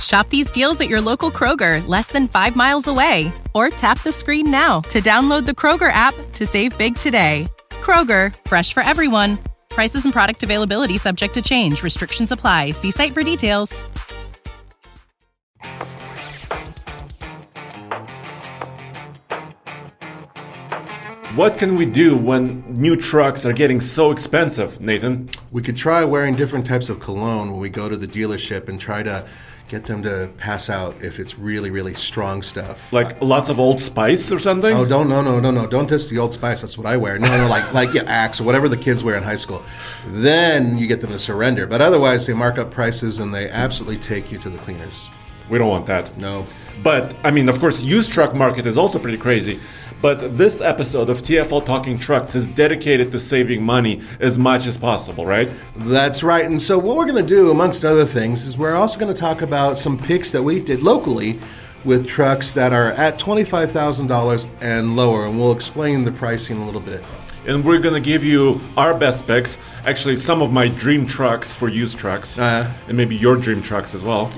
Shop these deals at your local Kroger, less than five miles away. Or tap the screen now to download the Kroger app to save big today. Kroger, fresh for everyone. Prices and product availability subject to change. Restrictions apply. See site for details. What can we do when new trucks are getting so expensive, Nathan? We could try wearing different types of cologne when we go to the dealership and try to get them to pass out if it's really, really strong stuff. Like lots of Old Spice or something? Oh, don't no no no no! Don't diss the Old Spice. That's what I wear. No no, like like yeah, Axe or whatever the kids wear in high school. Then you get them to surrender. But otherwise, they mark up prices and they absolutely take you to the cleaners. We don't want that. No. But I mean, of course, used truck market is also pretty crazy. But this episode of TFL Talking Trucks is dedicated to saving money as much as possible, right? That's right. And so, what we're going to do, amongst other things, is we're also going to talk about some picks that we did locally with trucks that are at $25,000 and lower. And we'll explain the pricing a little bit. And we're gonna give you our best picks. Actually, some of my dream trucks for used trucks, Uh-huh. and maybe your dream trucks as well.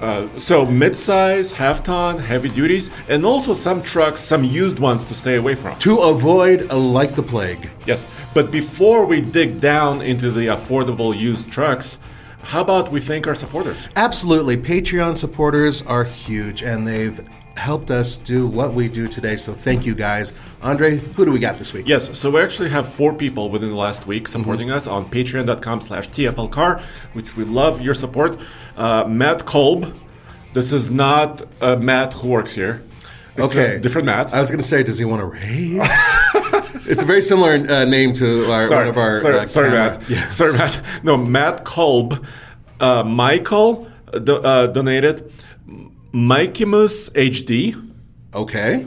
Uh, so mid-size, half-ton, heavy duties, and also some trucks, some used ones to stay away from. To avoid a like the plague. Yes, but before we dig down into the affordable used trucks, how about we thank our supporters? Absolutely. Patreon supporters are huge and they've helped us do what we do today. So thank you guys. Andre, who do we got this week? Yes, so we actually have four people within the last week supporting us on patreon.com slash tflcar, which we love your support. Uh, Matt Kolb. This is not uh, Matt who works here. It's a Okay. different Matt. I was going to say, does he want to raise? it's a very similar uh, name to our, sorry, one of our. sorry, uh, sorry camera- Matt. Yes. Sorry, Matt. No, Matt Kolb. Uh, Michael uh, do, uh, donated. Mikimus HD. Okay.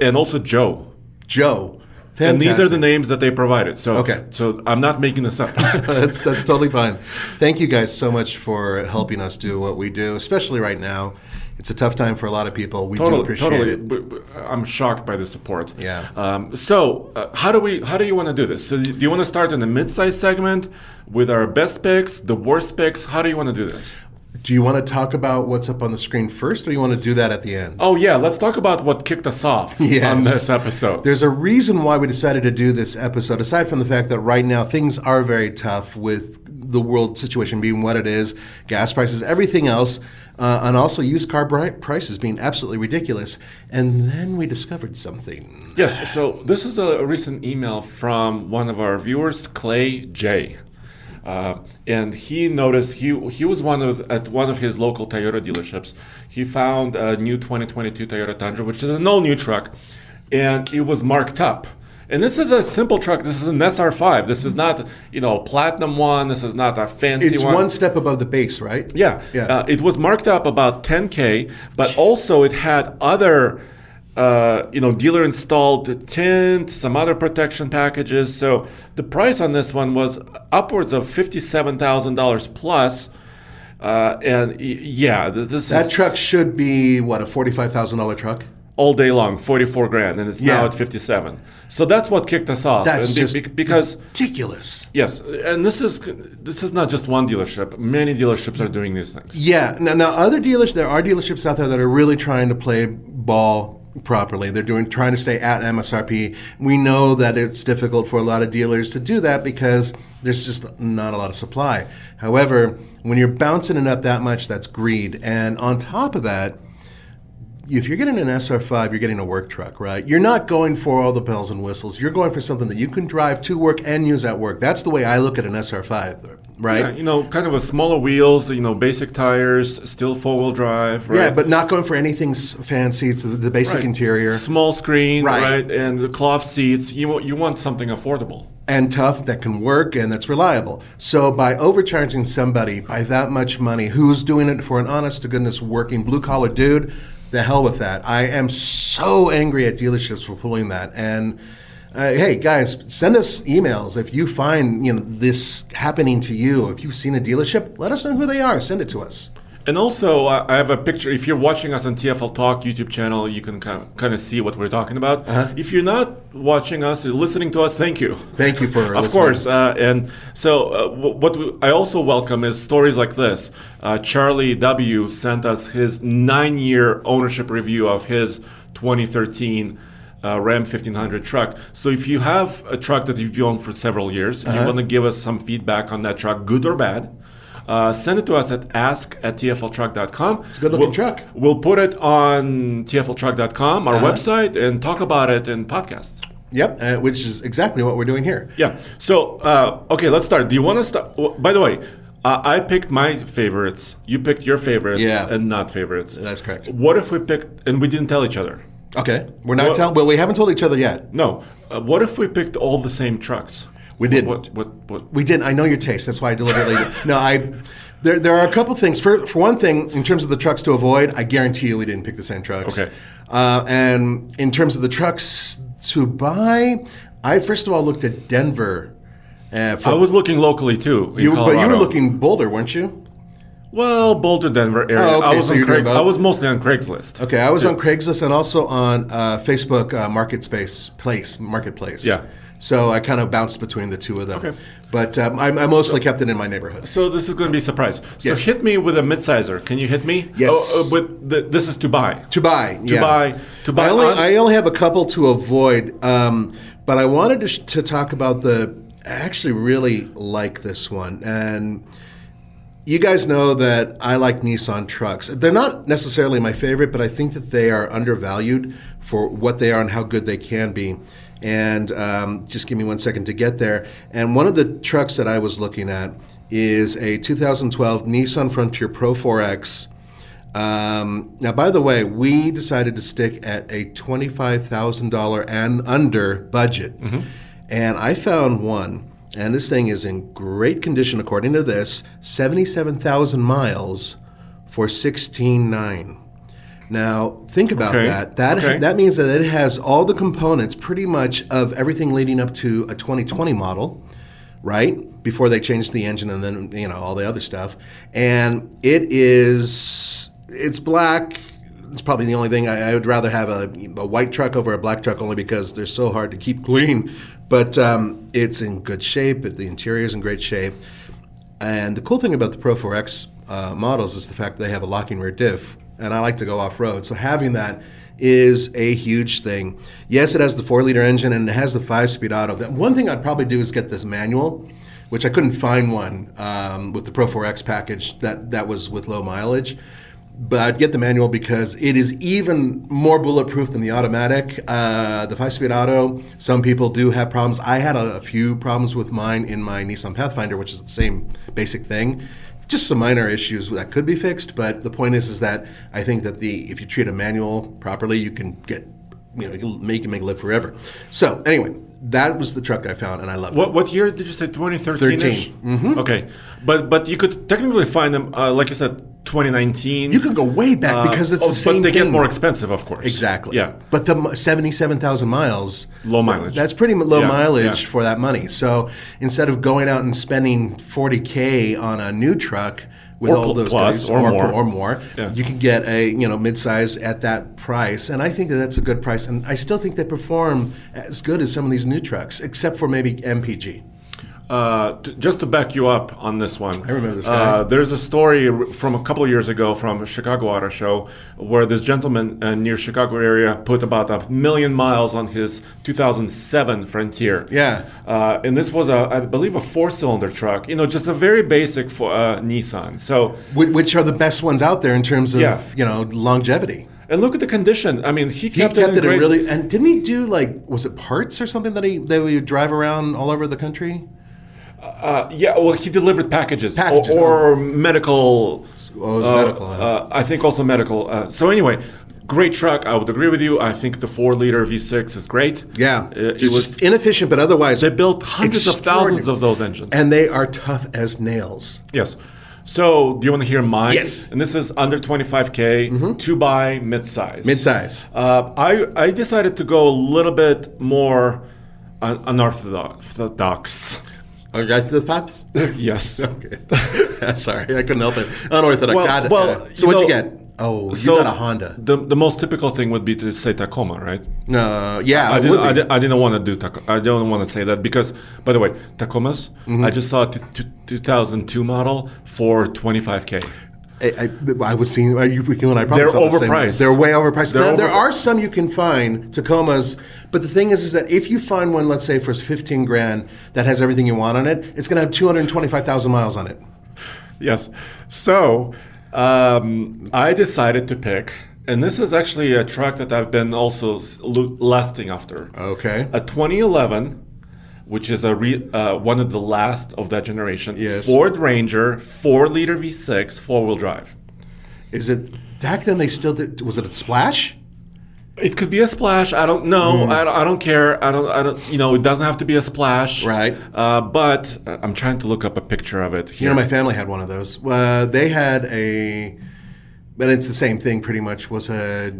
and also Joe. Joe. And these are the Fantastic. names that they provided. So, Okay. so I'm not making this up. that's that's totally fine. Thank you guys so much for helping us do what we do, especially right now. It's a tough time for a lot of people. We do totally, appreciate totally. it. B- b- I'm shocked by the support. Yeah. Um, so, uh, how do we? How do you want to do this? So, do you want to start in the mid-size segment with our best picks, the worst picks? How do you want to do this? Do you want to talk about what's up on the screen first, or you want to do that at the end? Oh yeah, let's talk about what kicked us off on Yes. this episode. There's a reason why we decided to do this episode, aside from the fact that right now things are very tough with the world situation being what it is, gas prices, everything else, uh, and also used car bri- prices being absolutely ridiculous. And then we discovered something. Yes, so this is a recent email from one of our viewers, Clay J. Uh, and he noticed he he was one of at one of his local Toyota dealerships. He found a new 2022 Toyota Tundra, which is an all new truck, and it was marked up. And this is a simple truck. This is an SR5. This is not you know a platinum one. This is not a fancy It's one. one step above the base, right? Yeah, Yeah. Uh, it was marked up about 10k, but also it had other, uh, you know, dealer installed tint, some other protection packages. So the price on this one was upwards of fifty-seven thousand dollars plus. Uh, and y- yeah, th- this That is truck should be what a forty-five thousand dollar truck. all day long, forty-four grand, and it's now Yeah. at fifty-seven. So that's what kicked us off. That's and be- just be- because. Ridiculous. Yes, and this is this is not just one dealership. Many dealerships are doing these things. Yeah. Now, now other dealers, there are dealerships out there that are really trying to play ball. properly. They're doing trying to stay at MSRP. We know that it's difficult for a lot of dealers to do that because there's just not a lot of supply. However, when you're bouncing it up that much, that's greed. And on top of that, if you're getting an SR5, you're getting a work truck, right? You're not going for all the bells and whistles. You're going for something that you can drive to work and use at work. That's the way I look at an SR5, right? Yeah, you know, kind of a smaller wheels, you know, basic tires, still four wheel drive, right? Yeah, but not going for anything s- fancy. It's the- the basic Right. interior small screen, Right. right? And the cloth seats. You wa- you want something affordable. and tough that can work and that's reliable. So by overcharging somebody by that much money, who's doing it for an honest to goodness working blue collar dude, the hell with that. I am so angry at dealerships for pulling that and. Uh, hey guys, send us emails if you find you know this happening to you. If you've seen a dealership, let us know who they are. Send it to us. And also, I I have a picture. If you're watching us on TFL Talk YouTube channel, you can kind of see what we're talking about. Uh-huh. If you're not watching us, you're listening to us, thank you. Thank you for of listening. course. Uh, and so, uh, w- what we, I also welcome is stories like this. Uh, Charlie W. sent us his nine-year ownership review of his 2013. Uh, Ram 1500 truck. So, if you have a truck that you've owned for several years, if you want to give us some feedback on that truck, good or bad, uh, send it to us at ask at tfltruck.com. It's a good-looking truck. We'll put it on tfltruck.com, our website, and talk about it in podcasts. Yep, uh, which is exactly what we're doing here. Yeah. So, uh, okay, let's start. Do you want to start? w by the way, uh, I picked my favorites. You picked your favorites Yeah. and not favorites. That's correct. What if we picked, and we didn't tell each other? Okay, we're not Well- telling. Well, we haven't told each other yet. No. Uh, what if we picked all the same trucks? We What- didn't. What? What? what We didn't. I know your taste. That's why I deliberately. no, I. There, there are a couple things. For, for one thing, in terms of the trucks to avoid, I guarantee you we didn't pick the same trucks. Okay. Uh, and in terms of the trucks to buy, I first of all looked at Denver. Uh, for, I was looking locally too. in you, but you were Colorado. looking Boulder, weren't you? well, Boulder, Denver area. Oh, okay, I was so on you're doing Craig- both. I was mostly on Craigslist. Okay, I was on Craigslist and also on uh, Facebook uh, Market Space Place Marketplace. Yeah. So I kind of bounced between the two of them. Okay. But um, I, I mostly kept it in my neighborhood. So this is going to be a surprise. So Yes. hit me with a midsizer. Can you hit me? Yes. Oh, uh, but th- this is to buy. To buy, to yeah. buy- to buy I only, on- I only have a couple to avoid, um, but I wanted to, sh- to talk about the. I actually really like this one, and you guys know that I like Nissan trucks. They're not necessarily my favorite, but I think that they are undervalued for what they are and how good they can be. And um, just give me one second to get there. And one of the trucks that I was looking at is a 2012 Nissan Frontier Pro 4X. Um, now, by the way, we decided to stick at a $25,000 and under budget. Mm-hmm. And I found one, and this thing is in great condition according to this 77,000 miles for 16.9. Now, think about Okay. that. That, Okay. that means that it has all the components pretty much of everything leading up to a 2020 model right? Before they changed the engine and then you know all the other stuff. And it is it's black. It's probably the only thing I, I would rather have a, a white truck over a black truck only because they're so hard to keep clean. But um, it's in good shape. The interior is in great shape. And the cool thing about the Pro 4X uh, models is the fact that they have a locking rear diff, and I like to go off road. So having that is a huge thing. Yes, it has the four liter engine and it has the five speed auto. The one thing I'd probably do is get this manual, which I couldn't find one um, with the Pro 4X package that, that was with low mileage. But I'd get the manual because it is even more bulletproof than the automatic. Uh, the five speed auto, some people do have problems. I had a, a few problems with mine in my Nissan Pathfinder, which is the same basic thing. Just some minor issues that could be fixed, but the point is, is that I think that the if you treat a manual properly, you can get, you know, you can make it make it live forever. So anyway, that was the truck I found, and I loved What, what year did you say? 2013 ish? 13. Okay. But but you could technically find them, uh, like you said, 2019. it. You could go way back Uh, because it's oh, the same But they thing. get more expensive, of course. Exactly. Yeah. But the mi- 77,000 miles. Low mileage. That's pretty m- low Yeah, mileage yeah. for that money. So instead of going out and spending 40K on a new truck with Or all pl- those plus, goodies, or more. or more, Yeah. you can get a, you know, midsize at that price. And I think that that's a good price. And I still think they perform as good as some of these new trucks, except for maybe MPG. Uh, t- just to back you up on this one, I remember this guy. Uh, there's a story r- from a couple of years ago from a Chicago Auto Show where this gentleman uh, near Chicago area put about a million miles on his 2007 Frontier. Yeah. uh, and this was a, I believe, a four-cylinder truck. You know, just a very basic for, uh, Nissan. So Which, which are the best ones out there in terms of Yeah. you know longevity? and look at the condition. I mean, he He kept, kept in it, in great- really. And didn't he do like was it parts or something that he that we would drive around all over the country? Uh, yeah, well, he delivered packages, or- Packages, um, or, medical. Oh, it was medical, huh? Uh, I think also medical. Uh, so anyway, great truck. I would agree with you. I think the four-liter V6 is great. Yeah, it, it it's Uh, was. just inefficient, but otherwise they built hundreds of thousands extraordinary. of those engines. and they are tough as nails. yes. So, do you want to hear mine? Yes. Mm-hmm. And this is under 25k, two by midsize. Midsize. Uh, I I decided to go a little bit more un- unorthodox. Uh, Are you guys to the top? yes. Okay. Sorry, I couldn't help it. Unorthodox. Well- Got it. well, Uh, so you what'd you know- get? Oh, you got a Honda. The, the most typical thing would be to say Tacoma, right? No, yeah, I it would didn't, I, be. di- I didn't want to do Tacoma. I don't want to say that because, by the way, Tacomas, Mm-hmm. I just saw a t- t- 2002 model for 25K. I, I, th- I was seeing. uh, You, you and I probably They're saw the same- overpriced. They're way overpriced. They're now, there overpri- are some you can find Tacomas, but the thing is, is that if you find one, let's say for fifteen grand, that has everything you want on it, it's going to have two hundred twenty-five thousand miles on it. Yes. So um, I decided to pick, and this is actually a truck that I've been also s- lo- lusting after. Okay. A 2011, which is a re- uh, one of the last of that generation. Yes. Ford Ranger, four liter V6, four wheel drive. Is it back then? They still did. Was it a splash? It could be a splash. I don't know. Hmm. I, don't, I don't care. I don't. I don't. You know, it doesn't have to be a splash. Right. Uh, but uh, I'm trying to look up a picture of it You here. know, my family had one of those. Uh, they had a, but it's the same thing pretty much. Was a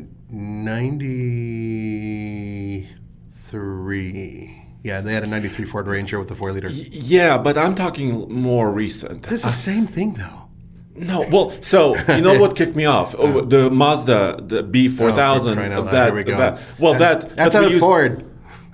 ninety-three. Yeah, they had a ninety-three Ford Ranger with a four-liter. yeah, but I'm talking more recent. This is the same thing though. No, well, so you know what kicked me off? Oh, the Mazda, the B four thousand. Oh, for crying out loud, That, here we go. that- well, that That's that out we of used- Ford.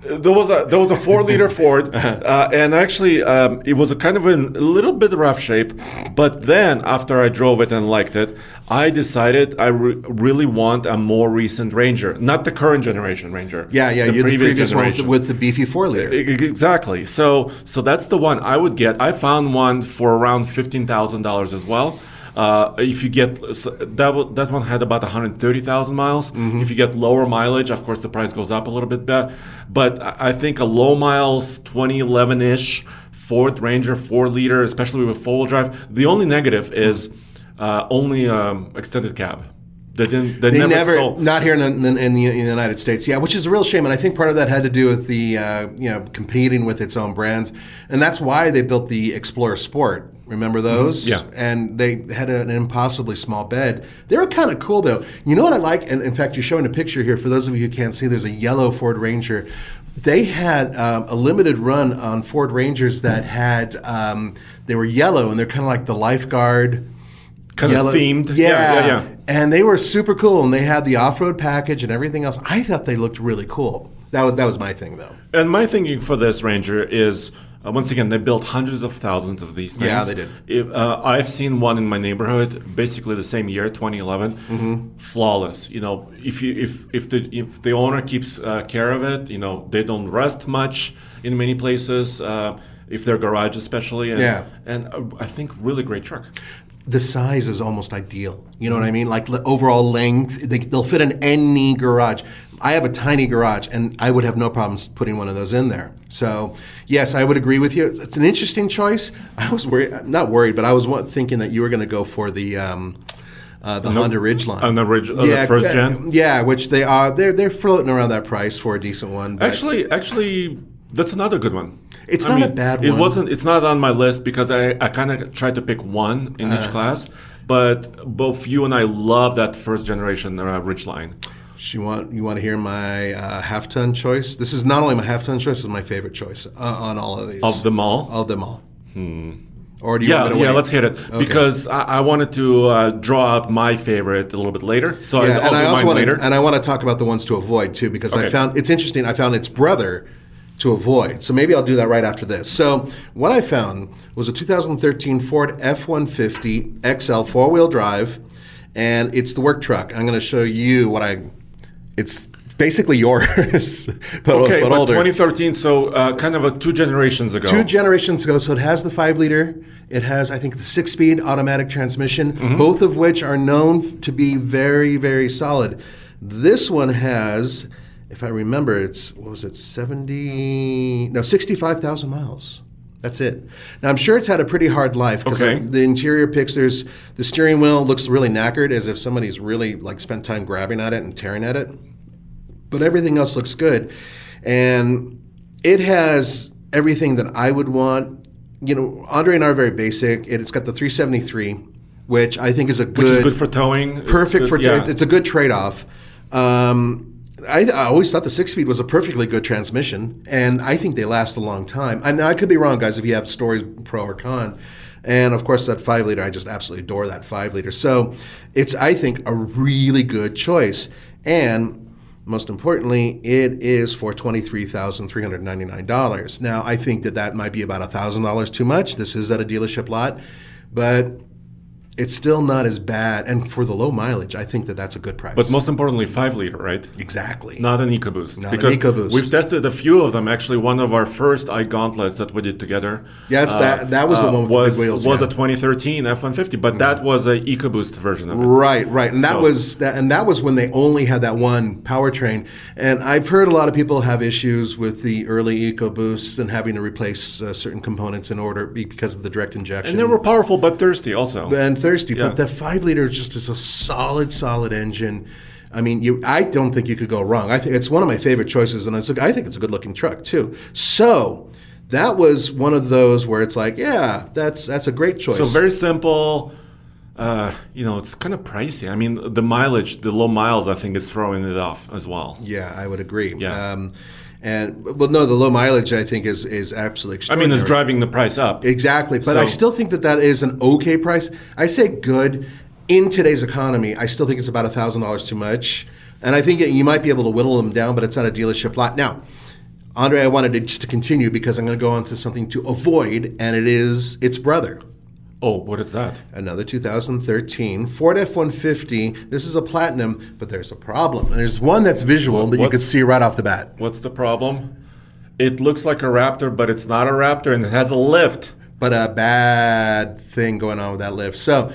There was a there was a four liter Ford, uh, and actually um, it was a kind of in a little bit rough shape. But then after I drove it and liked it, I decided I re- really want a more recent Ranger, not the current generation Ranger. Yeah, yeah. you're the previous one with the, with the beefy four-liter. E- e- Exactly. So so that's the one I would get. I found one for around fifteen thousand dollars as well. Uh, if you get so that wa- that one had about 130,000 miles. Mm-hmm. If you get lower mileage, of course the price goes up a little bit. Better. But I I think a low miles 2011 ish Ford Ranger four liter, especially with four wheel drive. The only negative is uh, only um, extended cab. They didn't. They, They never, never, sold. not here in the, in, the, in the United States. Yeah, which is a real shame, and I think part of that had to do with the uh, you know competing with its own brands, and that's why they built the Explorer Sport. Remember those? Mm-hmm. Yeah. And they had an impossibly small bed. They were kind of cool though. You know what I like? And in fact, you're showing a picture here. For those of you who can't see, there's a yellow Ford Ranger. They had um, a limited run on Ford Rangers that had um, they were yellow, and they're kind of like the lifeguard. Kind Yellow- of themed. Yeah. yeah, yeah. And they were super cool, and they had the off-road package and everything else. I thought they looked really cool. That was that was my thing, though. And my thinking for this Ranger is, uh, once again, they built hundreds of thousands of these things. Yeah, they did. If, uh, I've seen one in my neighborhood, basically the same year, 2011, Mm-hmm. flawless. You know, if you if if the if the owner keeps uh, care of it, you know, they don't rust much in many places. Uh, if their garage, especially, and, Yeah. and uh, I think really great truck. The size is almost ideal. You know what I mean? Like the overall length, they, they'll fit in any garage. I have a tiny garage, and I would have no problems putting one of those in there. So, yes, I would agree with you. It's, it's an interesting choice. I was worried, not worried, but I was wa- thinking that you were going to go for the. Um, uh, the Honda Ridgeline, an orig- uh, the first gen? yeah, which they are they're they're floating around that price for a decent one. but- Actually, actually, that's another good one. It's not a bad It one. wasn't. It's not on my list because I, I kind of tried to pick one in Uh-huh. each class. But both you and I love that first generation uh, Ridgeline. You want you want to hear my uh, half ton choice? This is not only my half ton choice; it's my favorite choice uh, on all of these Of them all? Of them all. Or do Oh, you Yeah, want me to yeah. wait? Let's hit it because I, I wanted to uh, draw out my favorite a little bit later. So I, Yeah, I'll and I do also mine want later. to and I want to talk about the ones to avoid too because I Okay. found it's interesting. I found its brother to avoid. So maybe I'll do that right after this. So what I found was a 2013 Ford F-150 XL four-wheel drive, and it's the work truck. I'm going to show you what I. It's basically yours, but, Okay, but but older. 2013, so uh, kind of a two generations ago. Two generations ago, so it has the five liter. It has, I think, the six speed automatic transmission, both of which are known to be very, very solid. This one has, if I remember, it's, what was it, 70, no, 65,000 miles. That's it. Now, I'm sure it's had a pretty hard life because Okay. the interior picks, there's the steering wheel looks really knackered as if somebody's really like spent time grabbing at it and tearing at it but everything else looks good. And it has everything that I would want. You know, Andre and I are very basic. It, it's got the 373, which I think is a good, which is good for towing. It's perfect good- for. yeah. It's, it's a good trade off. Um, I, I always thought the six speed was a perfectly good transmission, and I think they last a long time. And I could be wrong, guys, if you have stories pro or con. And of course, that five liter, I just absolutely adore that five liter. So it's, I think, a really good choice. And most importantly, it is for $23,399. Now, I think that that might be about $1,000 too much. This is at a dealership lot, but it's still not as bad. And for the low mileage, I think that that's a good price. but most importantly, five liter, right? Exactly. Not an EcoBoost. an EcoBoost. We've tested a few of them. Actually, one of our first i gauntlets that we did together. uh, Yes, that- that was the one with the big was, wheels, Was yeah. Hmm. a 2013 F150, but that was a EcoBoost version of it. Right, right, and that So- was that, and that was when they only had that one powertrain. And I've heard a lot of people have issues with the early EcoBoosts and having to replace uh, certain components in order be- because of the direct injection. And they were powerful but thirsty also. and thirsty, Yeah. but the five liter just is a solid, solid engine. I mean, you, I don't think you could go wrong. I think it's one of my favorite choices, and it's a, I think it's a good-looking truck too. So that was one of those where it's like, yeah, that's that's a great choice. so very simple. Uh, you know, it's kind of pricey. I mean, the mileage, the low miles, I think is throwing it off as well. Yeah, I would agree. Yeah. Um, and well, no, the low mileage I think is is absolutely I extraordinary. mean, it's driving the price up. exactly, but I So- still think that that is an okay price. I say good in today's economy. I still think it's about thousand dollars too much, and I think that you might be able to whittle them down, but it's not a dealership lot now. Andre, I wanted to just to continue because I'm going to go on to something to avoid, and it is its brother. oh, what is that? Another 2013 Ford F-150. This is a platinum, but there's a problem. There's one that's visual that you what- could see right off the bat. What's the problem? It looks like a Raptor, but it's not a Raptor, and it has a lift. but a bad thing going on with that lift. So,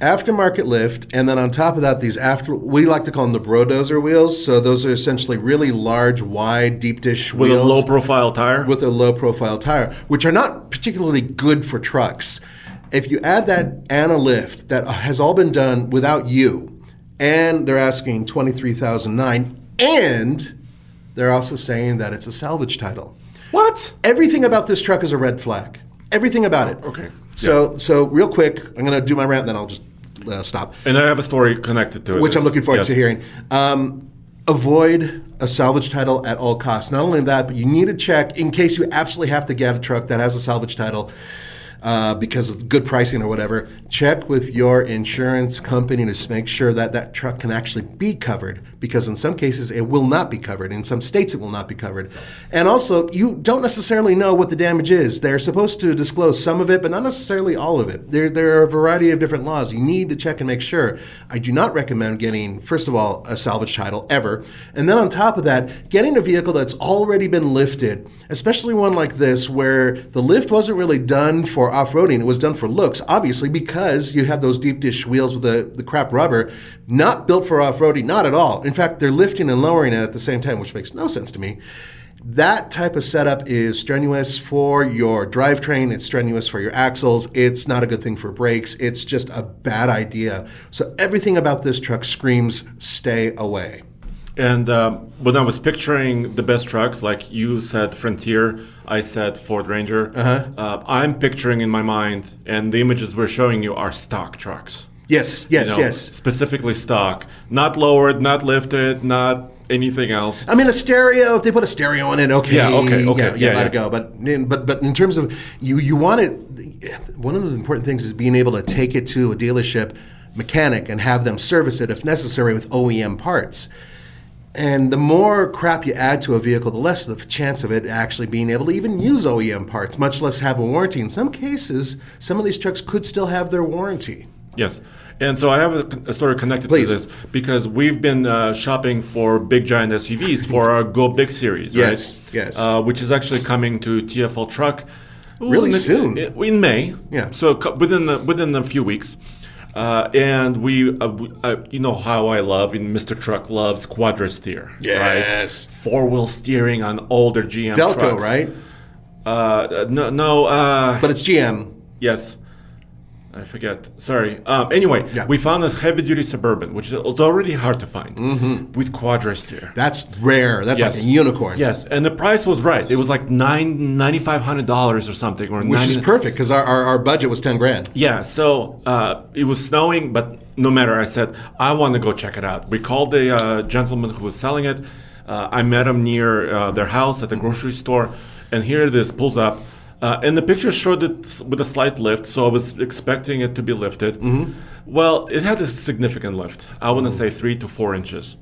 aftermarket lift, and then on top of that, these after we like to call them the brodozer wheels. So those are essentially really large, wide, deep dish With wheels a low profile tire. with a low profile tire, which are not particularly good for trucks. If you add that and a lift that has all been done without you, and they're asking twenty three thousand nine, and they're also saying that it's a salvage title. what? Everything about this truck is a red flag. Everything about it. Okay. So so real quick, I'm going to do my rant, then I'll just uh, stop, And I have a story connected to it. which I'm looking forward Yes. to hearing. Um, avoid a salvage title at all costs. Not only that, but you need to check in case you absolutely have to get a truck that has a salvage title. Uh, because of good pricing or whatever, check with your insurance company to make sure that that truck can actually be covered. Because in some cases, it will not be covered. In some states, it will not be covered. And also, you don't necessarily know what the damage is. They're supposed to disclose some of it, but not necessarily all of it. There, there are a variety of different laws. You need to check and make sure. I do not recommend getting, first of all, a salvage title ever. And then on top of that, getting a vehicle that's already been lifted, especially one like this where the lift wasn't really done for off roading, it was done for looks, obviously, because you have those deep dish wheels with the, the crap rubber, not built for off roading, not at all. In fact, they're lifting and lowering it at the same time, which makes no sense to me. That type of setup is strenuous for your drivetrain. It's strenuous for your axles. It's not a good thing for brakes. It's just a bad idea. So, everything about this truck screams stay away. And um, when I was picturing the best trucks, like you said Frontier, I said Ford Ranger, uh-huh. I'm picturing in my mind, and the images we're showing you are stock trucks. Yes, You yes, know, yes. Specifically stock. Not lowered, not lifted, not anything else. I mean, a stereo. If they put a stereo in it, okay, Yeah, okay, okay, yeah, yeah, yeah, let it yeah. go. But in- but but in terms of you, you want it. One of the important things is being able to take it to a dealership mechanic and have them service it if necessary with OEM E parts. And the more crap you add to a vehicle, the less the chance of it actually being able to even use OEM parts, much less have a warranty. In some cases, some of these trucks could still have their warranty. Yes. And so I have a, a story connected Please. to this because we've been uh, shopping for big giant SUVs for our Go Big series, Yes, right? yes. Uh, which is actually coming to TFL Truck ooh, Really in the- soon. i- in May. Yeah. So co- within the, within a few weeks. Uh, and we, uh, we uh, you know how I love, and Mr. Truck loves quadra steer. Yes. Right? Four wheel steering on older GM Delco, trucks. right? Uh, Uh, no, no. Uh, But it's GM. Yes. I forget. Sorry. Um, anyway, Yeah. we found this heavy duty suburban, which is already hard to find, with quadra steer. That's rare. Mm-hmm. That's like a unicorn. Yes, and the price was right. It was like nine ninety five hundred dollars or something, or Which is perfect because our, our, our budget was 10 grand. Yeah, so uh, it was snowing, but no matter. I said I want to go check it out. We called the uh, gentleman who was selling it. Uh, I met him near uh, their house at the grocery store, and here it is pulls up. Uh, and the picture showed it s- with a slight lift, so I was expecting it to be lifted. Well, it had a significant lift. I want to say three to four inches,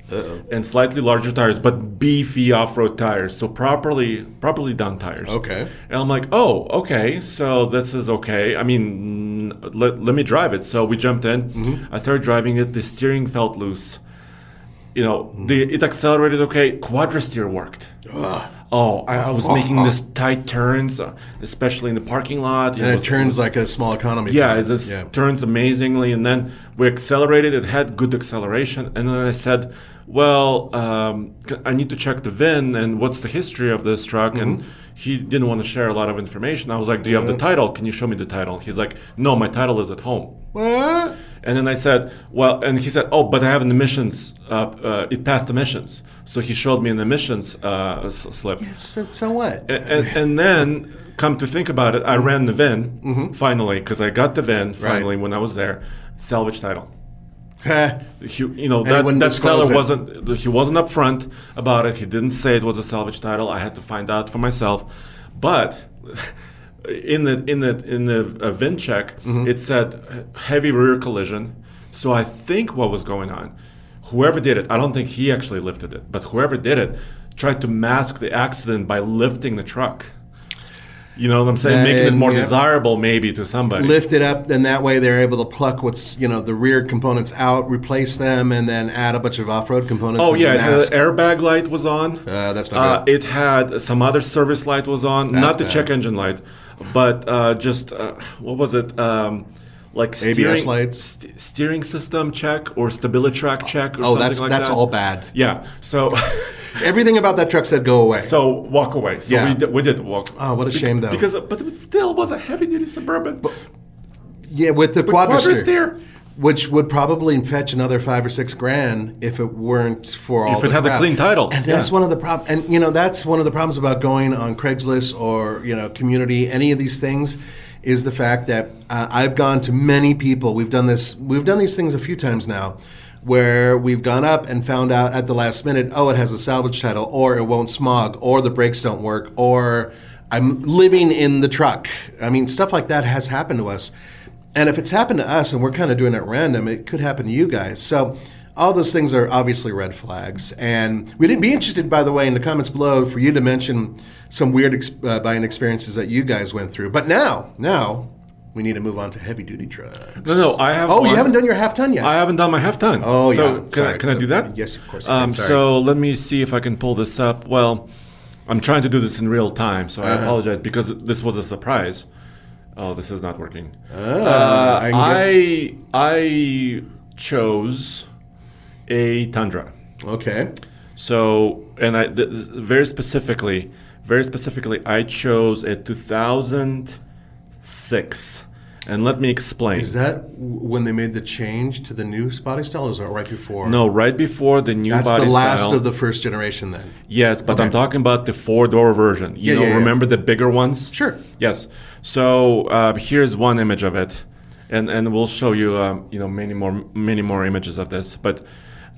and slightly larger tires, but beefy off-road tires. So properly, properly done tires. Okay. And I'm like, oh, okay, so this is okay. I mean, mm, let, let me drive it. So we jumped in. Mm-hmm. I started driving it. The steering felt loose. You know, the, it accelerated okay. Quadra steer worked. Oh, I, I was making this tight turns, uh, especially in the parking lot. And it was- turns like a small economy. yeah, car. it just Yeah. turns amazingly. And then we accelerated. It had good acceleration. And then I said, well, um, c- I need to check the VIN and what's the history of this truck. And he didn't want to share a lot of information. I was like, do you have the title? Can you show me the title? He's like, no, my title is at home. What? And then I said, well, and he said, oh, but I have an emissions. Uh, uh, it passed emissions. So he showed me an emissions uh, s- slip. So, so what? A- and, and then come to think about it, I ran the VIN finally because I got the VIN finally when I was there. Salvage title. Heh. He, you know he that, wouldn't that disclose seller it. wasn't he wasn't upfront about it. He didn't say it was a salvage title. I had to find out for myself. But in the in the in the uh, VIN check, Mm-hmm. it said heavy rear collision. So I think what was going on, whoever did it, I don't think he actually lifted it, but whoever did it tried to mask the accident by lifting the truck. You know what I'm saying? Making it Um, more yeah. desirable maybe to somebody. Lift it up, then that way they're able to pluck what's you know the rear components out, replace them, and then add a bunch of off-road components. Oh and yeah, it had mask. an airbag light was on. Uh, that's not Uh, good. it had some other service light was on, not the bad. check engine light, but uh, just uh, what was it? Um, like ABS steering, lights? st- steering system check or stabilitrack check or Oh, something that's like that's that. all bad. Yeah. So, Everything about that truck said go away. so walk away. So Yeah. we, did, we did walk. Oh, what a shame, though. Because but it still was a heavy duty suburban. yeah, with the quadra quadra steer. steer, which would probably fetch another five or six grand if it weren't for all. If it the had a crap. clean title, and that's yeah. one of the problems. And you know, that's one of the problems about going on Craigslist or you know, community, any of these things, is the fact that uh, I've gone to many people. We've done this. We've done these things a few times now. Where we've gone up and found out at the last minute, oh, it has a salvage title, or it won't smog, or the brakes don't work, or I'm living in the truck. I mean, stuff like that has happened to us. And if it's happened to us and we're kind of doing it at random, it could happen to you guys. So all those things are obviously red flags. And we didn't be interested, by the way, in the comments below for you to mention some weird ex- uh, buying experiences that you guys went through. But now, now we need to move on to heavy duty trucks. No, no, I have. Oh, one. you haven't done your half ton yet. I haven't done my half ton. Oh, so yeah. Can, I, Sorry. can I So- do that? yes, of course you can. Um, Sorry. So let me see if I can pull this up. Well, I'm trying to do this in real time, so Uh-huh. I apologize because this was a surprise. Oh, this is not working. Uh, I can guess- I I chose a Tundra. okay. So, and I th- th- very specifically, very specifically, I chose a 2006, and let me explain. Is that w- when they made the change to the new body style? Or is that right before? no, right before the new That's the body last style- of the first generation then. Yes, but I'm talking about the four door version. You Yeah, know, yeah, yeah. remember the bigger ones? Sure. Yes. So uh, here's one image of it, and and we'll show you um, you know many more many more images of this. But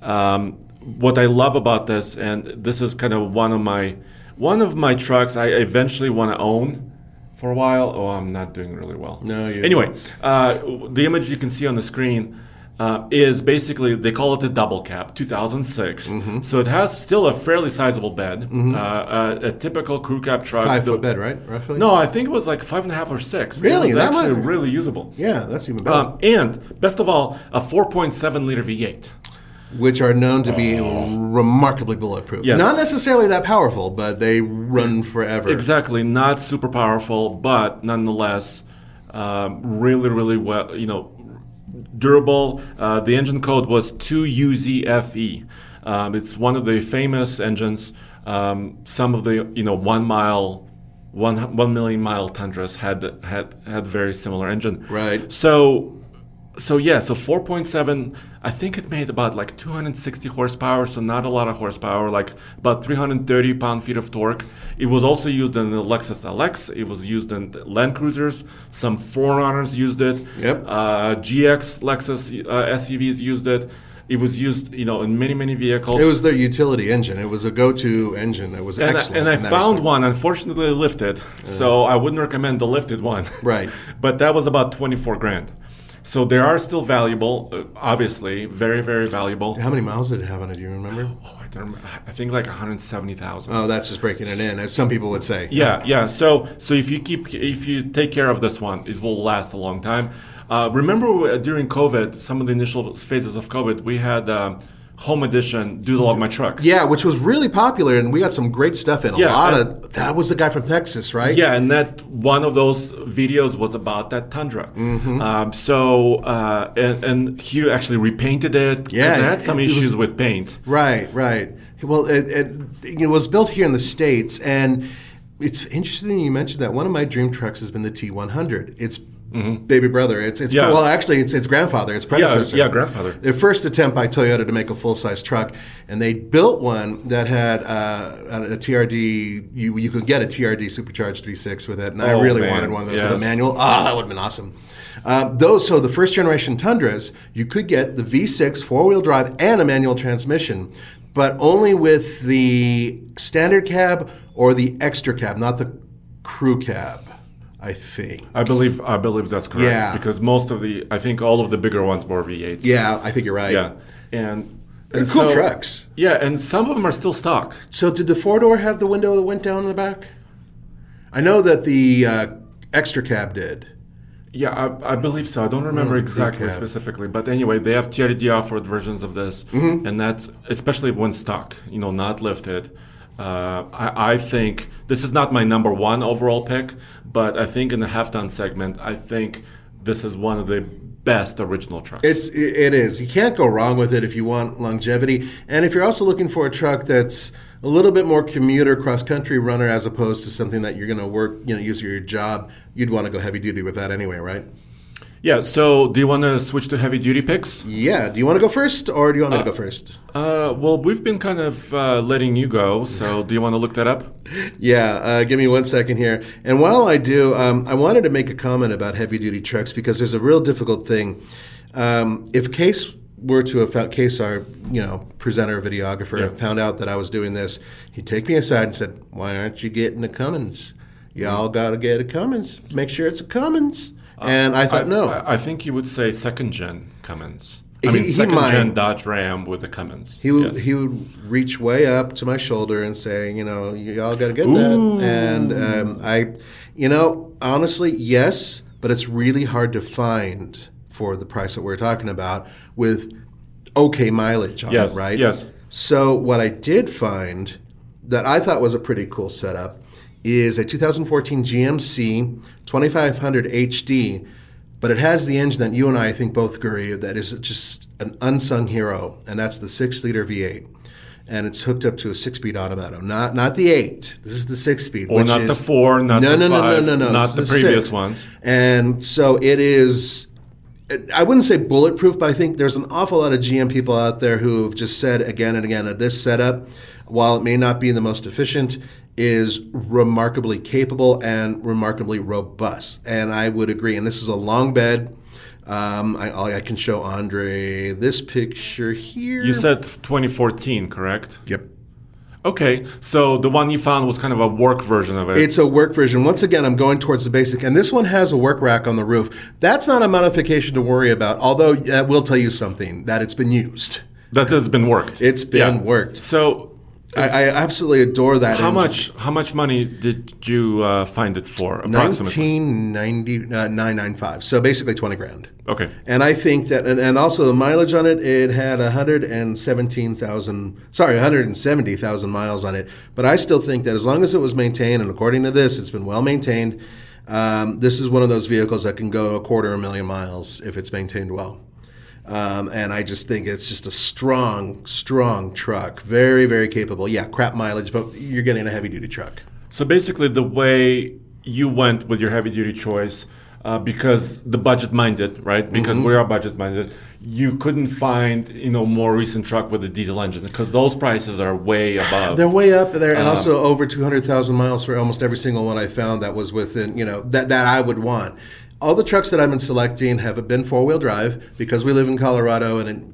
um, what I love about this, and this is kind of one of my one of my trucks I eventually want to own for a while. Oh, I'm not doing really well. No, you- Anyway, uh, the image you can see on the screen. uh, is basically they call it a double cab 2006 Mm-hmm. so it has still a fairly sizable bed uh, a, a typical crew cab truck Five Uh, the- foot bed, right? Roughly. no i think it was like five and a half or six Really? it was That actually much? really usable Yeah, that's even better. um, and best of all a 4.7 liter v8 which are known to be remarkably bulletproof. Oh. Yes. Not necessarily that powerful, but they run forever. Exactly, not super powerful, but nonetheless, um, really, really well. You know, durable. Uh, the engine code was 2UZFE. Um, it's one of the famous engines. Um, some of the you know one mile, one one million mile Tundras had had had very similar engine. Right. So. So yeah, so 4.7. I think it made about like 260 horsepower, so not a lot of horsepower, like about 330 pound-feet of torque. It was also used in the Lexus LX. It was used in the Land Cruisers. Some Forerunners used it. Yep. Uh, GX Lexus uh, SUVs used it. It was used, you know, in many many vehicles. It was their utility engine. It was a go-to engine that was and I, excellent. and I in that found respect. one, unfortunately lifted, so I wouldn't recommend the lifted one. Right. but that was about 24 grand. So they are still valuable, uh, obviously, very very valuable. How many miles did it have on it? Do you remember? Oh, I don't remember. I think like 170,000. Oh, that's just breaking it in, as some people would say. Yeah, yeah. So, so if you keep, if you take care of this one, it will last a long time. Uh, remember w- during COVID, some of the initial phases of COVID, we had um, home edition doodle of my truck. Yeah, which was really popular, and we got some great stuff in. A Yeah, lot and- of that was the guy from Texas, right? Yeah, and that one of those videos was about that tundra. Mm-hmm. Um, so uh, and and he actually repainted it. 'cause Yeah, they had it- some it was- issues with paint. Right, right. Well, it, it, it was built here in the States, and it's interesting you mentioned that. One of my dream trucks has been the T100. It's baby brother. It's, it's Mm-hmm. Yeah. well, actually, it's its grandfather, its predecessor. yeah, grandfather. The first attempt by Toyota to make a full size truck, and they built one that had uh, a, a TRD. You, you could get a TRD supercharged V6 with it, and I Oh, really man. wanted one of those with a Yes. manual. Ah, that would have been awesome. Um, those so the first generation Tundras, you could get the V6 four wheel drive and a manual transmission, but only with the standard cab or the extra cab, not the crew cab. I think. I believe I believe that's correct. Yeah. Because most of the I think all of the bigger ones were V8s. Yeah, I think you're right. Yeah. And, They're cool trucks. Yeah, and some of them are still stock. So did the four door have the window that went down in the back? I know that the uh, extra cab did. Yeah, I, I believe so. I Mm, don't remember exactly cab. specifically, but anyway, they have TRD offered versions of this, Mm-hmm. and that's especially when stock, you know, not lifted. Uh, I, I think this is not my number one overall pick, but I think in the half ton segment, I think this is one of the best original trucks. It's i- it is. You can't go wrong with it if you want longevity, and if you're also looking for a truck that's a little bit more commuter, cross country runner, as opposed to something that you're going to work, you know, use for your job. You'd want to go heavy duty with that anyway, right? yeah. So, do you want to switch to heavy duty picks? Yeah. Do you want to go first, or do you want me to go first? Uh, well, we've been kind of uh, letting you go, so do you want to look that up? Yeah, uh, give me one second here. And while I do, um, I wanted to make a comment about heavy duty trucks because there's a real difficult thing. Um, if Case were to have found, Case, our you know presenter videographer, Yeah. found out that I was doing this, he'd take me aside and said, "Why aren't you getting a Cummins? Y'all got to get a Cummins. Make sure it's a Cummins." and I thought, no, Uh, I, I think you would say second gen Cummins. He- I mean, he second gen might. Dodge Ram with the Cummins. He would Yes. he would reach way up to my shoulder and say, you know, y'all got to get Ooh. that. And um, I, you know, honestly, yes, but it's really hard to find for the price that we're talking about with okay mileage on Yes, it, right? yes. So what I did find that I thought was a pretty cool setup is a 2014 GMC 2500 HD, but it has the engine that you and I, I think both agree that is just an unsung hero, and that's the six-liter V8. And it's hooked up to a six-speed automato, not not the eight. This is the six-speed, Or not the four, not no, the no, no, five, no, no, no, not This the is previous six. ones. And so it is. I wouldn't say bulletproof, but I think there's an awful lot of GM people out there who have just said again and again that this setup, while it may not be the most efficient, is remarkably capable and remarkably robust. And I would agree. And this is a long bed. Um, I, I can show Andre this picture here. You said 2014, correct? Yep. Okay, so the one you found was kind of a work version of it. It's a work version. Once again, I'm going towards the basic, and this one has a work rack on the roof. That's not a modification to worry about, although that will tell you something that it's been used. that has been worked. It's been worked. So I, I absolutely adore that. how engine. much how much money did you uh, find it for approximately? 1990 uh, 995. So basically 20 grand. Okay. And I think that, and, and also the mileage on it, it had 117,000, sorry, 170,000 miles on it. But I still think that as long as it was maintained, and according to this, it's been well maintained, um, this is one of those vehicles that can go a quarter a million miles if it's maintained well. Um, and I just think it's just a strong, strong truck. Very, very capable. Yeah, crap mileage, but you're getting a heavy duty truck. So basically, the way you went with your heavy duty choice, uh, because the budget minded, right? Because Mm-hmm. we are budget minded, you couldn't find you know more recent truck with a diesel engine because those prices are way above. They're way up there, and also over two hundred thousand miles for almost every single one I found that was within you know that that I would want. All the trucks that I've been selecting have been four wheel drive because we live in Colorado, and in,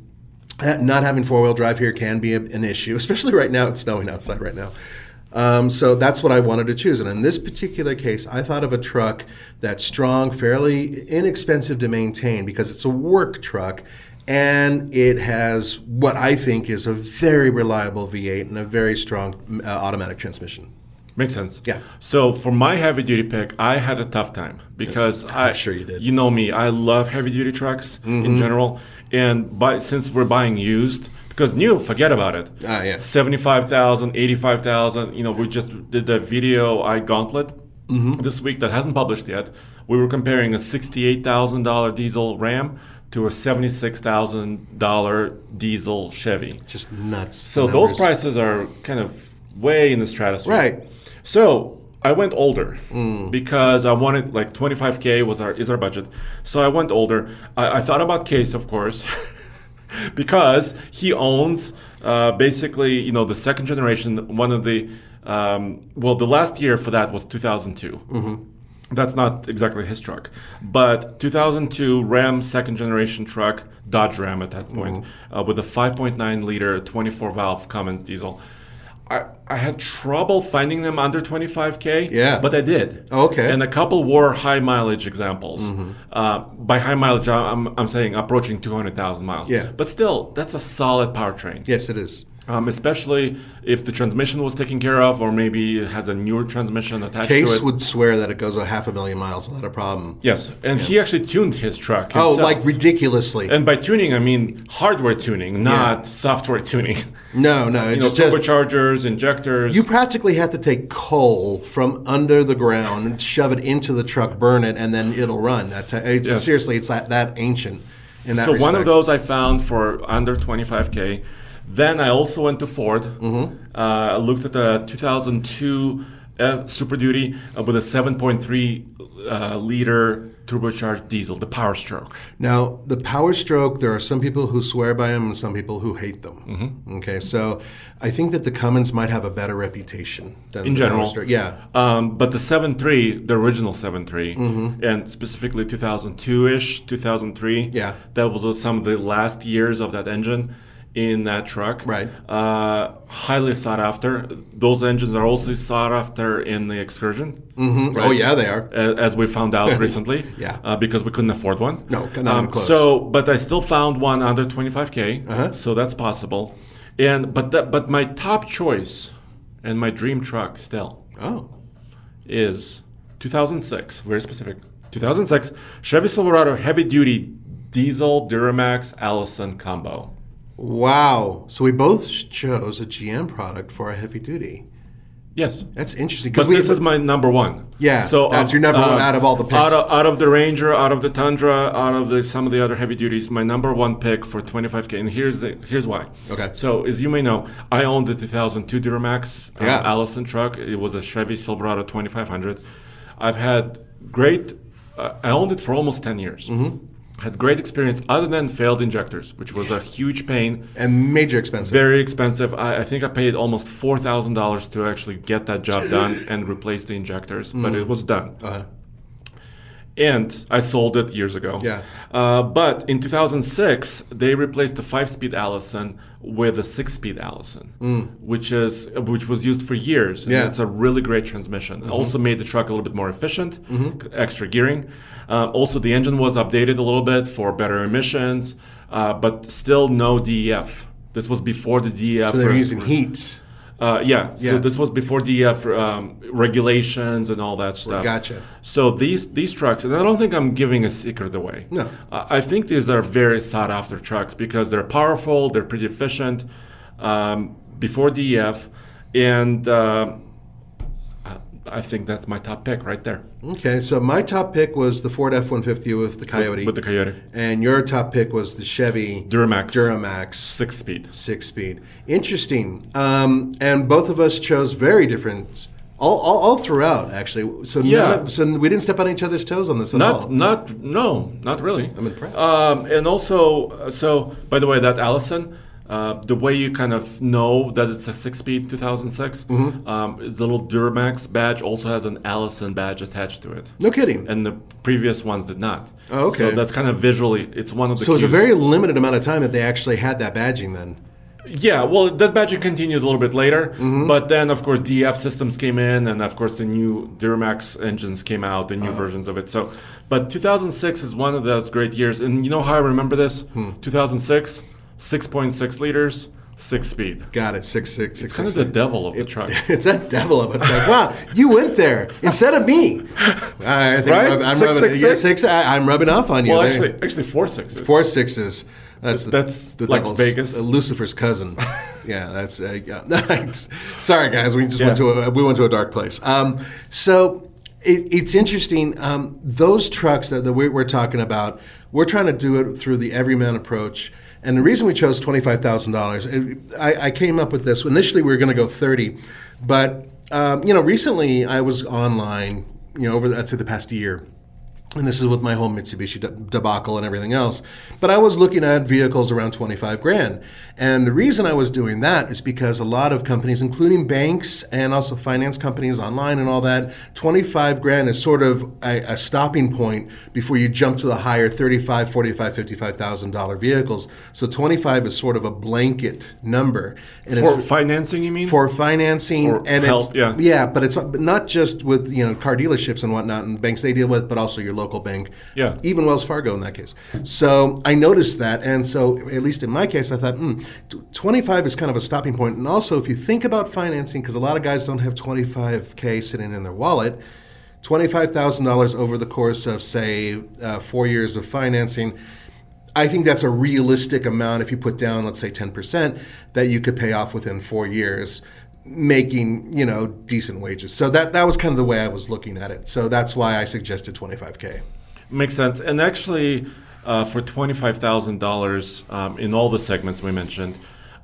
ha- not having four wheel drive here can be a- an issue, especially right now. It's snowing outside right now. Um, so that's what I wanted to choose. And in this particular case, I thought of a truck that's strong, fairly inexpensive to maintain because it's a work truck and it has what I think is a very reliable V8 and a very strong uh, automatic transmission. Makes sense. Yeah. So for my heavy duty pick, I had a tough time because i sure you did. Mm-hmm. You know me. I love heavy duty trucks in general, and but since we're buying used. Because new, forget about it. Ah, yeah. 75,000, 85,000. You know, we just did the video I Gauntlet Mm-hmm. this week that hasn't published yet. We were comparing a $68,000 diesel Ram to a $76,000 diesel Chevy. Just nuts. So numbers. those prices are kind of way in the stratosphere. Right. So I went older because I wanted like 25k was our is our budget. So I went older. I, I thought about Case, of course, because he owns uh, basically you know the second generation. One of the um, well, the last year for that was 2002. Mm-hmm. That's not exactly his truck, but 2002 Ram second generation truck, Dodge Ram at that point, Mm-hmm. uh, with a 5.9 liter 24 valve Cummins diesel. I, I had trouble finding them under 25k. Yeah. Oh, but I did. Okay. Mm-hmm. and a couple were high mileage examples. Uh, by high mileage, I- I'm I'm saying approaching 200,000 miles. Yeah. but still, that's a solid powertrain Yes, it is. um, especially if the transmission was taken care of, or maybe it has a newer transmission attached to Case it. would swear that it goes a half a million miles without a problem. yes, and he actually tuned his truck. Oh, himself. like ridiculously. And by tuning, I mean hardware tuning, not software tuning. no, no. It you know, just, turbochargers, injectors. You practically have to take coal from under the ground and shove it into the truck, burn it, and then it'll run. That ti- it's, Yeah. seriously, it's that, that ancient. In that so one of respect. those I found for under 25k. Then I also went to Ford. Mm-hmm. Uh, I looked at the 2002 F Super Duty uh, with a 7.3 uh, liter turbocharged diesel, the Power Stroke. Now, the power stroke, there are some people who swear by them and some people who hate them. Mm-hmm. Okay, so I think that the Cummins might have a better reputation than in the Power general. Stroke. Yeah. Um, but the 7.3, the original 7.3, Mm-hmm. and specifically 2002 ish, 2003, Yeah. that was some of the last years of that engine in that truck. Right. Uh, highly sought after. Those engines are also sought after in the Excursion, Mhm. Oh, yeah, they are. a- as we found out recently. Yeah. Uh, because we couldn't afford one. Um, No, not even close. Uh-huh. So, but I still found one under 25K, so that's possible. And but that, but my top choice and my dream truck still Oh. is 2006, very specific. 2006 Chevy Silverado heavy duty diesel Duramax Allison combo. Wow. So we both chose a GM product for a heavy duty. Yes. That's interesting. 'cause But we- this is my number one. um, Yeah, that's your number one out of all the picks. Out of, out of the Ranger, out of the Tundra, out of the, some of the other heavy duties, my number one pick for 25k. And here's the, here's why. Okay. So as you may know, I owned the 2002 Duramax uh, Yeah. Allison truck. It was a Chevy Silverado 2500. I've had great. Uh, I owned it for almost 10 years. Mm-hmm. Had great experience, other than failed injectors, which was a huge pain. and major expensive. Very expensive. I, I think I paid almost four thousand dollars to actually get that job done and replace the injectors, but it was done. and I sold it years ago. Yeah. Uh, but in 2006, they replaced the five-speed Allison with a six-speed Allison, which is which was used for years. and Mm. Yeah. Mm-hmm. it's a really great transmission. It also made the truck a little bit more efficient, c- extra gearing. Uh, also, the engine was updated a little bit for better emissions, uh, but still no DEF. This was before the E DEF. So they're re- using heat. uh, yeah, so Yeah. this was before the uh, for, um, regulations and all that stuff. Gotcha. So these these trucks, and I don't think I'm giving a secret away. No. Uh, I think these are very sought after trucks because they're powerful, they're pretty efficient. Um, before DEF, and uh, I- I think that's my top pick right there Okay, so my top pick was the Ford F one fifty with the Coyote, with the Coyote and your top pick was the Chevy Duramax Duramax six speed. six speed. Interesting. Um, and both of us chose very different. All, all, all throughout, actually. So Yeah. none of- so we didn't step on each other's toes on this at Not, all. not, no, not really. I'm Oh. impressed. Um, and also, uh, so by the way, that Allison, uh, the way you kind of know that it's a six-speed 2006, Mm-hmm. um, the little Duramax badge also has an Allison badge attached to it, no kidding. and the previous ones did not. Oh, okay. So that's kind of visually, it's one of the. so it was a cues. very limited amount of time that they actually had that badging then. Yeah, well, that badging continued a little bit later, Mm-hmm. but then of course DF systems came in, and of course the new Duramax engines came out, the new Uh-huh. versions of it. So, but 2006 is one of those great years, and you know how I remember this? Hmm. 2006, 6.6 liters, six speed. Got it. Six, six, six. It's kind of six, the devil of the truck. It's that devil of a truck. Wow, you went there instead of me. I think Right? I'm, I'm Six, rubbing, six, yeah, six? six, I, am rubbing off on you. Well, there. actually, actually four sixes. four sixes. That's That's like devil's- Vegas. uh, Lucifer's cousin. yeah, that's. Uh, yeah. Sorry, guys, we just Yeah. went to a we went to a dark place. Um, so it, it's interesting. Um, those trucks that, that we're, we're talking about, we're trying to do it through the everyman approach. And the reason we chose twenty five thousand dollars, I, I came up with this. Initially, we were going to go thirty, but um, you know, recently I was online. You know, over the, I'd say the past year, and this is with my whole Mitsubishi de- debacle and everything else. But I was looking at vehicles around 25 grand. And the reason I was doing that is because a lot of companies, including banks and also finance companies online and all that, 25 grand is sort of a, a stopping point before you jump to the higher 35, 45, 55,000 dollar vehicles. So 25 is sort of a blanket number. And for financing, you mean? for financing Or and help, yeah. it's, but it's but not just with you know car dealerships and whatnot and banks they deal with, but also your local bank, Yeah. even Wells Fargo in that case. So I noticed that, and so at least in my case, I thought hmm, t- 25 is kind of a stopping point, and also if you think about financing, because a lot of guys don't have 25k sitting in their wallet. $25,000 over the course of, say, uh, four years of financing, I think that's a realistic amount if you put down, let's say, 10%, that you could pay off within four years, making, you know, decent wages. So that, that was kind of the way I was looking at it. So that's why I suggested 25K. Makes sense. And actually, uh, for $25,000 um, in all the segments we mentioned,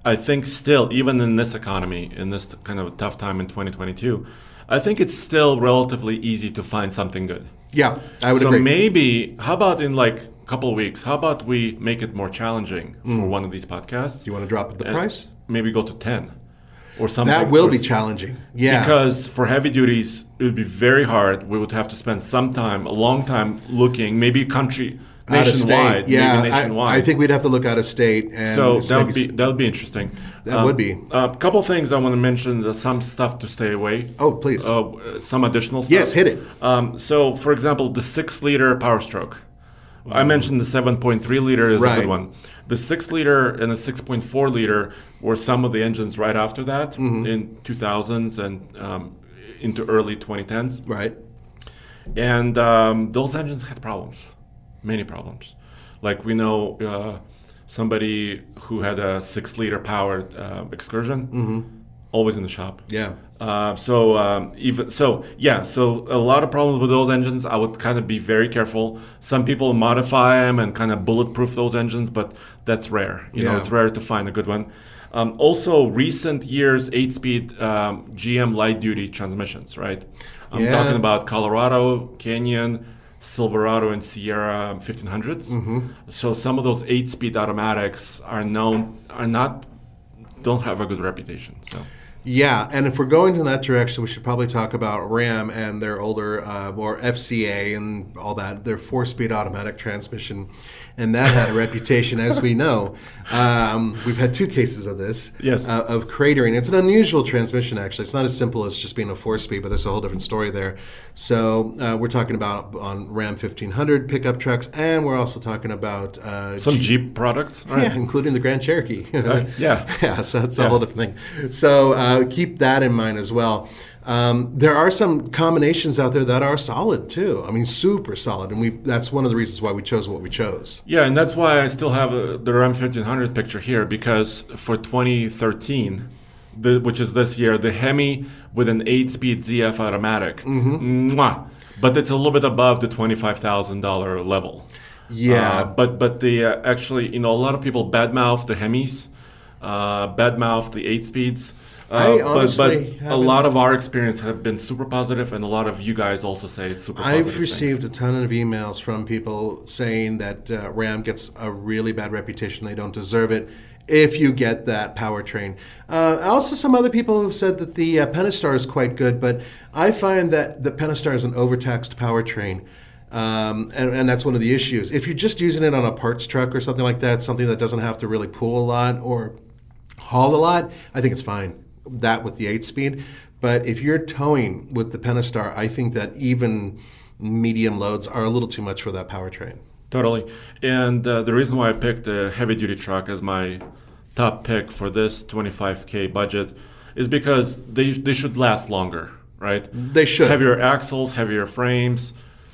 I think still, even in this economy, in this kind of tough time in 2022, I think it's still relatively easy to find something good. Yeah, I would so agree. maybe, how about in like a couple of weeks, how about we make it more challenging for one of these podcasts? Mm. you want to drop the And price? Maybe go to 10 or something. That will or be s- challenging. Yeah. because for heavy duties, it would be very hard. We would have to spend some time, a long time looking, maybe country, out of nationwide, state. Yeah, maybe I- nationwide. I, think we'd have to look out of state. And so. it's That would be maybe- that would be interesting. That would be. a couple things I want to mention. uh, Some stuff to stay away. Oh, please. Uh, w- some additional. stuff. Yes, hit it. Um, so, for example, the six-liter Power Stroke. I mentioned the 7.3 liter is a Mm. Right. good one. The 6 liter and the 6.4 liter were some of the engines right after that Mm-hmm. in 2000s and um, into early 2010s. Right. And um, those engines had problems, many problems. Like we know uh, somebody who had a six liter powered uh, excursion, always in the shop. Mm-hmm. Yeah. Uh, so um, even so, yeah. So a lot of problems with those engines. I would kind of be very careful. Some people modify them and kind of bulletproof those engines, but that's rare. You know, Yeah. it's rare to find a good one. Um, also, recent years, eight-speed um, GM light-duty transmissions. Right. I'm Yeah. talking about Colorado, Canyon, Silverado, and Sierra 1500s. Mm-hmm. So some of those eight-speed automatics are known are not don't have a good reputation. So. Yeah, and if we're going in that direction, we should probably talk about Ram and their older, uh, more FCA and all that, their four speed automatic transmission. And that had a reputation, as we know. Um, we've had two cases of this Yes. uh, of cratering. It's an unusual transmission, actually. It's not as simple as just being a four speed, but there's a whole different story there. So uh, we're talking about on Ram 1500 pickup trucks, and we're also talking about uh, Some Jeep- Jeep products. All right. yeah, including the Grand Cherokee. yeah. yeah, so that's a whole different thing. So uh, keep that in mind as well. Um, there are some combinations out there that are solid too. I mean, super solid, and we—that's one of the reasons why we chose what we chose. Yeah, and that's why I still have uh, the Ram 1500 picture here because for 2013, the, which is this year, the Hemi with an 8 speed ZF automatic. Mm-hmm. Mwah. But it's a little bit above the $25,000 level. Yeah. Uh, but but the uh, actually, you know, a lot of people badmouth the Hemis, uh, badmouth the 8 speeds. Uh, I but, honestly but a lot of our experience have been super positive, and a lot of you guys also say it's super positive. I've things. received a ton of emails from people saying that uh, Ram gets a really bad reputation. They don't deserve it. If you get that powertrain, uh, also some other people have said that the uh, Pentastar is quite good, but I find that the Pentastar is an overtaxed powertrain. Um, and, and that's one of the issues. If you're just using it on a parts truck or something like that, something that doesn't have to really pull a lot or haul a lot, I think it's fine. That with the eight speed. But if you're towing with the Pentastar, I think that even medium loads are a little too much for that powertrain. Totally. And uh, the reason why I picked a heavy duty truck as my top pick for this 25K budget is because they, they should last longer, right? They should. Heavier axles, heavier frames,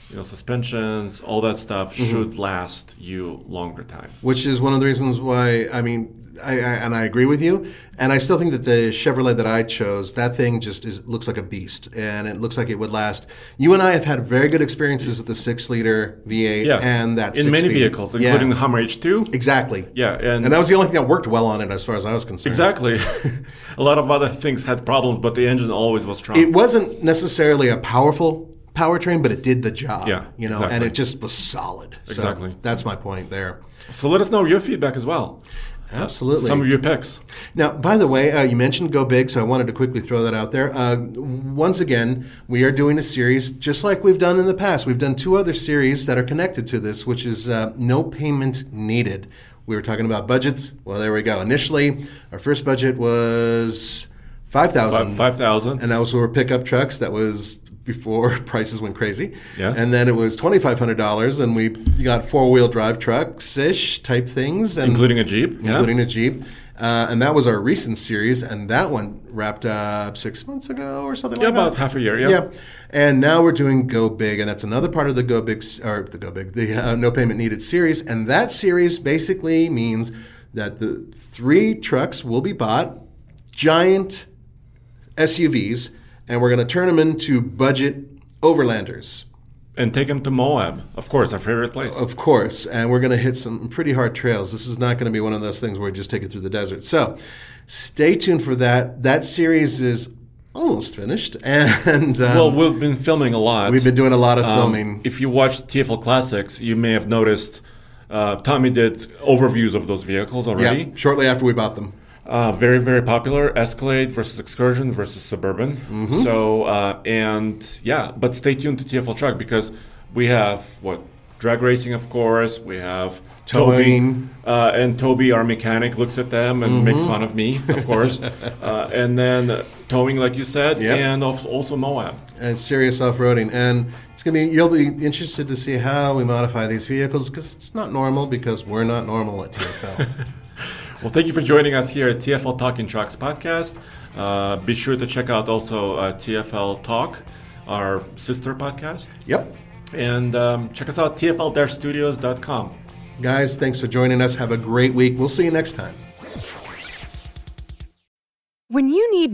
you know, suspensions, all that stuff Mm-hmm. should last you longer time. Which is one of the reasons why, I mean, I, I, and I agree with you. And I still think that the Chevrolet that I chose, that thing just is, looks like a beast. And it looks like it would last. You and I have had very good experiences with the six liter V8 Yeah. and that in six many speed. vehicles, Yeah. including the Hummer H2. Exactly. Yeah, and, And that was the only thing that worked well on it as far as I was concerned. exactly. a lot of other things had problems, but the engine always was strong. it wasn't necessarily a powerful powertrain, but it did the job. Yeah, you know, exactly. and it just was solid. So Exactly. That's my point there. so let us know your feedback as well. Absolutely. Some of your picks. Now, by the way, uh, you mentioned Go Big, so I wanted to quickly throw that out there. Uh, once again, we are doing a series just like we've done in the past. We've done two other series that are connected to this, which is uh, No Payment Needed. We were talking about budgets. Well, there we go. Initially, our first budget was 5000 5,000. and that was for pickup trucks. That was before prices went crazy. Yeah. And then it was twenty five hundred dollars, and we got four wheel drive trucks ish type things, and Including a Jeep. yeah. including a Jeep. Uh, and that was our recent series, and that one wrapped up six months ago or something Yeah, like that. about half a year, yeah. And now we're doing Go Big, and that's another part of the Go Big, s- or the Go Big, the uh, No Payment Needed series. And that series basically means that the three trucks will be bought, giant SUVs, and we're going to turn them into budget overlanders. and take him to Moab, of course, our favorite place. Of course, and we're going to hit some pretty hard trails. This is not going to be one of those things where we just take it through the desert. So, stay tuned for that. That series is almost finished, and um, well, we've been filming a lot. we've been doing a lot of Um, filming. If you watched TFL Classics, you may have noticed uh, Tommy did overviews of those vehicles already. yeah, shortly after we bought them. Uh, very, very popular Escalade versus Excursion versus Suburban. So, uh, and yeah, but stay tuned to TFL Truck because we have what? Drag racing, of course. We have Toby. Towing. Uh, and Toby, our mechanic, looks at them and makes fun of me, of course. uh, and then uh, towing, like you said, Yep. and also, also Moab. and serious off-roading and it's going to be you'll be interested to see how we modify these vehicles because it's not normal because we're not normal at TFL. Well, thank you for joining us here at TFL Talking Trucks podcast. Uh, be sure to check out also uh, TFL Talk, our sister podcast. yep. And um, check us out, tfl-studios.com. Guys, thanks for joining us. Have a great week. We'll see you next time. When you need